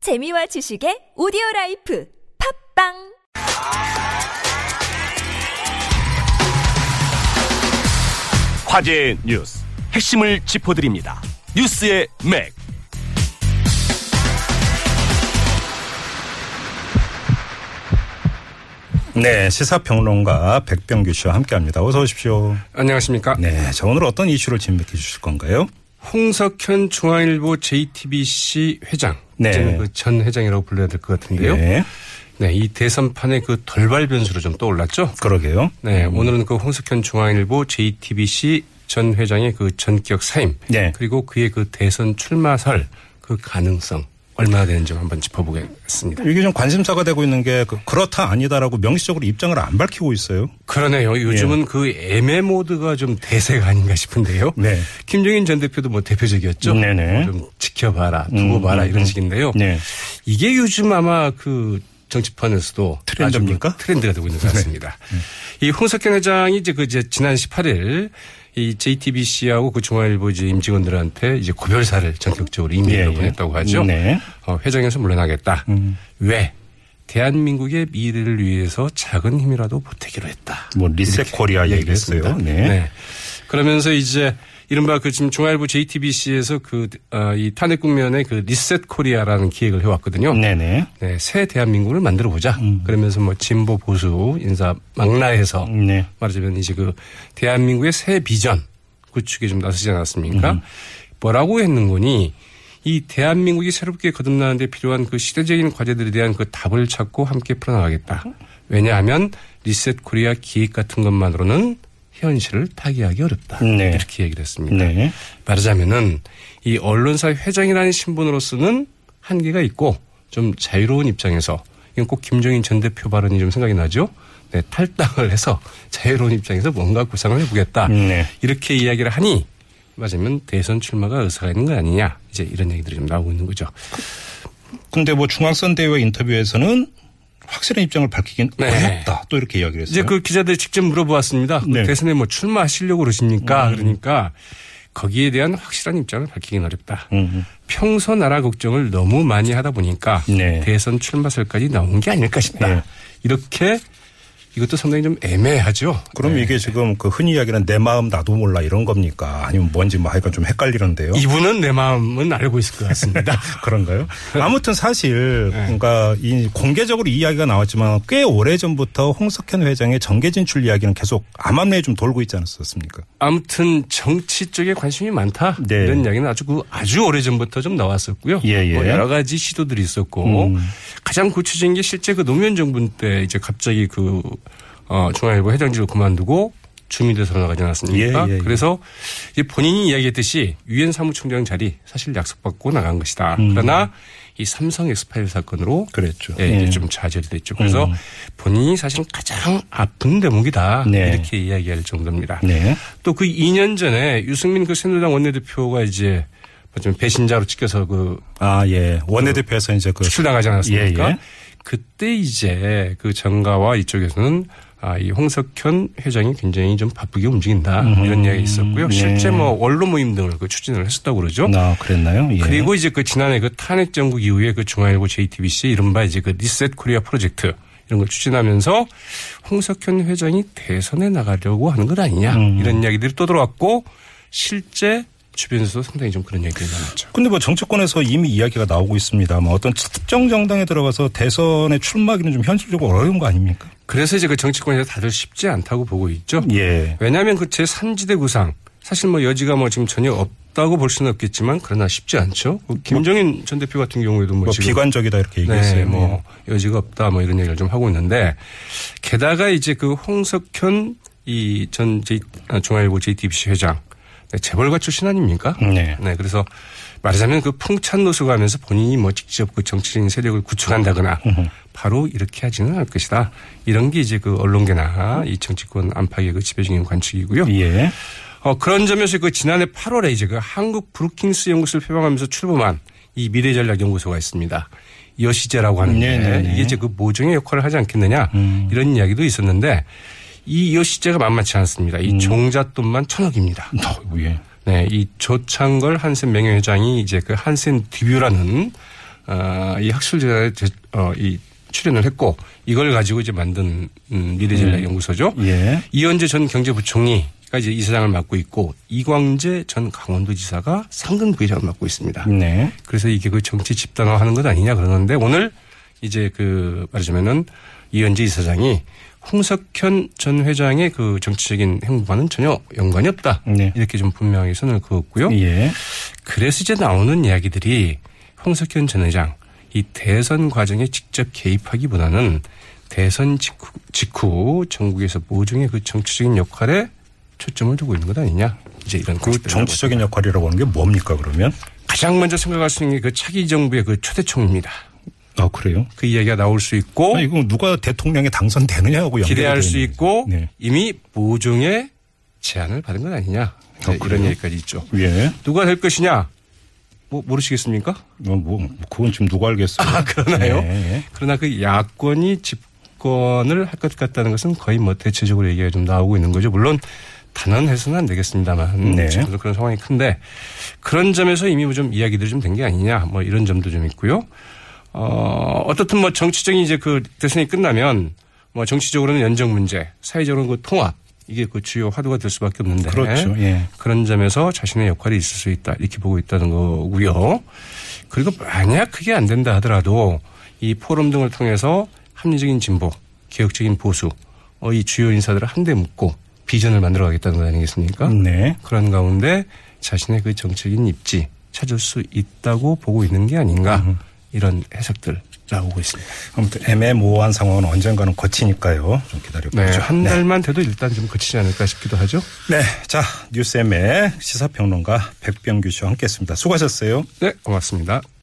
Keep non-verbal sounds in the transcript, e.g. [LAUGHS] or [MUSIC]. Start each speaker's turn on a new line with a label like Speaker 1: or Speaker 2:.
Speaker 1: 재미와 지식의 오디오 라이프 팝빵
Speaker 2: 화제 뉴스 핵심을 짚어드립니다. 뉴스의 맥.
Speaker 3: 네, 시사평론가 백병규 씨와 함께합니다. 어서 오십시오.
Speaker 4: 안녕하십니까.
Speaker 3: 네, 저 오늘 어떤 이슈를 진맥해 주실 건가요?
Speaker 4: 홍석현 중앙일보 JTBC 회장.
Speaker 3: 네.
Speaker 4: 이제는 그전 회장이라고 불러야 될 것 같은데요. 네.
Speaker 3: 네,
Speaker 4: 이 대선판의 그 돌발 변수로 좀 떠올랐죠.
Speaker 3: 그러게요.
Speaker 4: 네. 오늘은 그 홍석현 중앙일보 JTBC 전 회장의 그 전격 사임.
Speaker 3: 네.
Speaker 4: 그리고 그의 그 대선 출마설 그 가능성 얼마나 되는지 한번 짚어보겠습니다.
Speaker 3: 이게 좀 관심사가 되고 있는 게 그- 그렇다 아니다라고 명시적으로 입장을 안 밝히고 있어요.
Speaker 4: 그러네요. 요즘은
Speaker 3: 예.
Speaker 4: 그 애매 모드가 좀 대세가 아닌가 싶은데요.
Speaker 3: 네.
Speaker 4: 김종인 전 대표도 뭐 대표적이었죠. 뭐
Speaker 3: 네네. 음,
Speaker 4: 좀 지켜봐라, 두고 봐라 이런 식인데요.
Speaker 3: 네.
Speaker 4: 이게 요즘 아마 그 정치판에서도
Speaker 3: 트렌드입니까? 네.
Speaker 4: 아주 그 트렌드가 되고 있는 것 같습니다. 이 홍석현 회장이 이제 그 이제 지난 18일 이 JTBC하고 그 중앙일보 이제 임직원들한테 이제 고별사를 전격적으로 이메일로
Speaker 3: 예, 예.
Speaker 4: 보냈다고 하죠.
Speaker 3: 네.
Speaker 4: 어, 회장에서 물러나겠다. 왜? 대한민국의 미래를 위해서 작은 힘이라도 보태기로 했다.
Speaker 3: 뭐 리셋 코리아 얘기를 했어요.
Speaker 4: 했습니다.
Speaker 3: 네.
Speaker 4: 그러면서 이제 이른바 그 지금 중앙일보 JTBC에서 그, 어, 이 탄핵 국면에 그 리셋 코리아라는 기획을 해왔거든요.
Speaker 3: 네, 네.
Speaker 4: 네, 새 대한민국을 만들어 보자.
Speaker 3: 음.
Speaker 4: 그러면서 뭐 진보 보수 인사 망라해서
Speaker 3: 네.
Speaker 4: 말하자면 이제 그 대한민국의 새 비전 구축에 좀 나서지 않았습니까?
Speaker 3: 음.
Speaker 4: 뭐라고 했는 거니? 이 대한민국이 새롭게 거듭나는데 필요한 그 시대적인 과제들에 대한 그 답을 찾고 함께 풀어나가겠다. 왜냐하면 리셋 코리아 기획 같은 것만으로는 현실을 타개하기 어렵다.
Speaker 3: 네.
Speaker 4: 이렇게 얘기를 했습니다.
Speaker 3: 네.
Speaker 4: 말하자면은 이 언론사 회장이라는 신분으로서는 한계가 있고 좀 자유로운 입장에서 이건 꼭 김종인 전 대표 발언이 좀 생각이 나죠. 네, 탈당을 해서 자유로운 입장에서 뭔가 구상을 해보겠다.
Speaker 3: 네.
Speaker 4: 이렇게 이야기를 하니 맞으면 대선 출마가 의사가 있는 거 아니냐. 이제 이런 얘기들이 좀 나오고 있는 거죠.
Speaker 3: 근데 뭐 중앙선 대회 인터뷰에서는 확실한 입장을 밝히긴
Speaker 4: 네.
Speaker 3: 어렵다. 또 이렇게 이야기를 했어요.
Speaker 4: 이제 그 기자들 직접 물어보았습니다. 그
Speaker 3: 네. 음.
Speaker 4: 대선에 뭐 출마하시려고 그러십니까? 그러니까 거기에 대한 확실한 입장을 밝히긴 어렵다. 평소 나라 걱정을 너무 많이 하다 보니까
Speaker 3: 네.
Speaker 4: 대선 출마설까지 나온 게 아닐까 싶다.
Speaker 3: 네.
Speaker 4: 이렇게 이것도 상당히 좀 애매하죠.
Speaker 3: 그럼 이게 지금 그 흔히 이야기하는 내 마음 나도 몰라 이런 겁니까? 아니면 뭔지 뭐 하여간 좀 헷갈리는데요.
Speaker 4: 이분은 내 마음은 알고 있을 것 같습니다.
Speaker 3: [LAUGHS] 그런가요? 아무튼 사실
Speaker 4: 네.
Speaker 3: 뭔가 이 공개적으로 이 이야기가 나왔지만 꽤 오래 전부터 홍석현 회장의 정계 진출 이야기는 계속 암암리에 좀 돌고 있지 않았습니까?
Speaker 4: 아무튼 정치 쪽에 관심이 많다
Speaker 3: 네.
Speaker 4: 이런 이야기는 아주 그 아주 오래 전부터 좀 나왔었고요.
Speaker 3: 예, 음. 예.
Speaker 4: 뭐 여러 가지 시도들이 있었고 가장 구체적인 게 실제 그 노무현 정부 때 이제 갑자기 그 어, 중앙일보 회장직을 그만두고 주민대사로 나가지 않았습니까?
Speaker 3: 예, 예, 예.
Speaker 4: 그래서 이제 본인이 이야기했듯이 유엔 사무총장 자리 사실 약속받고 나간 것이다. 그러나 이 삼성 엑스파일 사건으로
Speaker 3: 음. 그랬죠.
Speaker 4: 예, 이제
Speaker 3: 예. 음.
Speaker 4: 좀 좌절이 됐죠. 그래서 본인이 사실 가장 아픈 대목이다
Speaker 3: 네.
Speaker 4: 이렇게 이야기할 정도입니다.
Speaker 3: 네.
Speaker 4: 또 그 2년 전에 유승민 그 새누리당 원내대표가 이제 뭐 좀 배신자로 찍혀서 그뭐
Speaker 3: 아, 예. 원내대표에서 이제 그
Speaker 4: 추출당하지 않았습니까?
Speaker 3: 예, 예.
Speaker 4: 그때 이제 그 정가와 이쪽에서는 아, 이 홍석현 회장이 굉장히 좀 바쁘게 움직인다
Speaker 3: 음.
Speaker 4: 이런 이야기 가 있었고요. 실제
Speaker 3: 네.
Speaker 4: 뭐 원로 모임 등을 그 추진을 했었다고 그러죠.
Speaker 3: 아, 그랬나요? 예.
Speaker 4: 그리고 이제 그 지난해 그 탄핵 정국 이후에 그 중앙일보 JTBC 이른바 이제 그 리셋 코리아 프로젝트 이런 걸 추진하면서 홍석현 회장이 대선에 나가려고 하는 것 아니냐 이런 이야기들이 또 들어왔고 실제 주변에서도 상당히 좀 그런 이야기들이 나왔죠.
Speaker 3: 근데 뭐 정치권에서 이미 이야기가 나오고 있습니다. 뭐 어떤 특정 정당에 들어가서 대선에 출마하기는 좀 현실적으로 어려운 거 아닙니까?
Speaker 4: 그래서 이제 그 정치권에서 다들 쉽지 않다고 보고 있죠.
Speaker 3: 예.
Speaker 4: 왜냐하면 그 제3지대 구상 사실 뭐 여지가 뭐 지금 전혀 없다고 볼 수는 없겠지만 그러나 쉽지 않죠. 그 김정인 전 대표 같은 경우에도 뭐,
Speaker 3: 뭐
Speaker 4: 지금
Speaker 3: 비관적이다 이렇게 얘기했어요.
Speaker 4: 네, 뭐 여지가 없다 뭐 이런 얘기를 좀 하고 있는데 게다가 이제 그 홍석현 이 전 아, 중앙일보 JTBC 회장 네, 재벌가 출신 아닙니까?
Speaker 3: 네.
Speaker 4: 그래서 말하자면 그 풍찬노수 가면서 본인이 뭐 직접 그 정치적인 세력을 구축한다거나 바로 이렇게 하지는 않을 것이다. 이런 게 이제 그 언론계나 이 정치권 안팎의 그 지배적인 관측이고요.
Speaker 3: 예.
Speaker 4: 어, 그런 점에서 그 지난해 8월에 이제 그 한국 브루킹스 연구소를 표방하면서 출범한 이 미래전략연구소가 있습니다. 여시제라고 하는데
Speaker 3: 네네네. 음.
Speaker 4: 이게 이제 그 모종의 역할을 하지 않겠느냐 이런 이야기도 있었는데 이 여시제가 만만치 않습니다.
Speaker 3: 음.
Speaker 4: 이 종잣돈만 천억입니다.
Speaker 3: 어, 예.
Speaker 4: 네, 이 조창걸 한센 명예회장이 이제 그 한센 디뷰라는 아, 이 학술제에 제- 어, 이 출연을 했고 이걸 가지고 이제 만든 음, 미래전략연구소죠.
Speaker 3: 예.
Speaker 4: 이현재 전 경제부총리가 이제 이사장을 맡고 있고 이광재 전 강원도지사가 상근 부회장을 맡고 있습니다.
Speaker 3: 네.
Speaker 4: 그래서 이게 그 정치 집단화하는 것 아니냐 그러는데 오늘 이제 그 말하자면은 이현재 이사장이 홍석현 전 회장의 그 정치적인 행보와는 전혀 연관이 없다
Speaker 3: 네.
Speaker 4: 이렇게 좀 분명히 선을 그었고요.
Speaker 3: 예.
Speaker 4: 그래서 이제 나오는 이야기들이 홍석현 전 회장 이 대선 과정에 직접 개입하기보다는 대선 직후, 직후 전국에서 모종의 그 정치적인 역할에 초점을 두고 있는 것 아니냐 이제 이런
Speaker 3: 그
Speaker 4: 관측들을 하고
Speaker 3: 정치적인 역할이라고 하는 게 뭡니까 그러면?
Speaker 4: 가장 먼저 생각할 수 있는 게 그 차기 정부의 그 초대총입니다.
Speaker 3: 아 그래요?
Speaker 4: 그 이야기가 나올 수 있고
Speaker 3: 아, 이건 누가 대통령에 당선되느냐하고 연결이
Speaker 4: 어? 기대할
Speaker 3: 돼
Speaker 4: 수
Speaker 3: 있는
Speaker 4: 있고
Speaker 3: 네.
Speaker 4: 이미 모종의 제안을 받은 건 아니냐 네, 이제 이런
Speaker 3: 그래요?
Speaker 4: 얘기까지 있죠.
Speaker 3: 예.
Speaker 4: 누가 될 것이냐 뭐 모르시겠습니까?
Speaker 3: 어, 뭐 그건 지금 누가 알겠어요?
Speaker 4: 아 그러나요?
Speaker 3: 예, 예.
Speaker 4: 그러나 그 야권이 집권을 할 것 같다는 것은 거의 뭐 대체적으로 얘기가 좀 나오고 있는 거죠. 물론 단언해서는 안 되겠습니다만 음,
Speaker 3: 네.
Speaker 4: 지금도 그런 상황이 큰데 그런 점에서 이미 뭐 좀 이야기들이 좀 된 게 아니냐 뭐 이런 점도 좀 있고요. 어 어떻든 뭐 정치적인 이제 그 대선이 끝나면 뭐 정치적으로는 연정 문제, 사회적으로는 그 통합 이게 그 주요 화두가 될 수밖에 없는데
Speaker 3: 그렇죠. 예.
Speaker 4: 그런 점에서 자신의 역할이 있을 수 있다 이렇게 보고 있다는 거고요. 그리고 만약 그게 안 된다 하더라도 이 포럼 등을 통해서 합리적인 진보, 개혁적인 보수, 어, 이 주요 인사들을 한데 묶고 비전을 만들어가겠다는 거 아니겠습니까?
Speaker 3: 네.
Speaker 4: 그런 가운데 자신의 그 정책인 입지 찾을 수 있다고 보고 있는 게 아닌가 이런 해석들 나오고 있습니다.
Speaker 3: 아무튼 애매모호한 상황은 언젠가는 거치니까요. 좀 기다려보죠.
Speaker 4: 네, 한 달만 돼도 일단 좀 거치지 않을까 싶기도 하죠.
Speaker 3: 네. 자 뉴스엠의 시사평론가 백병규 씨와 함께했습니다. 수고하셨어요.
Speaker 4: 네, 고맙습니다.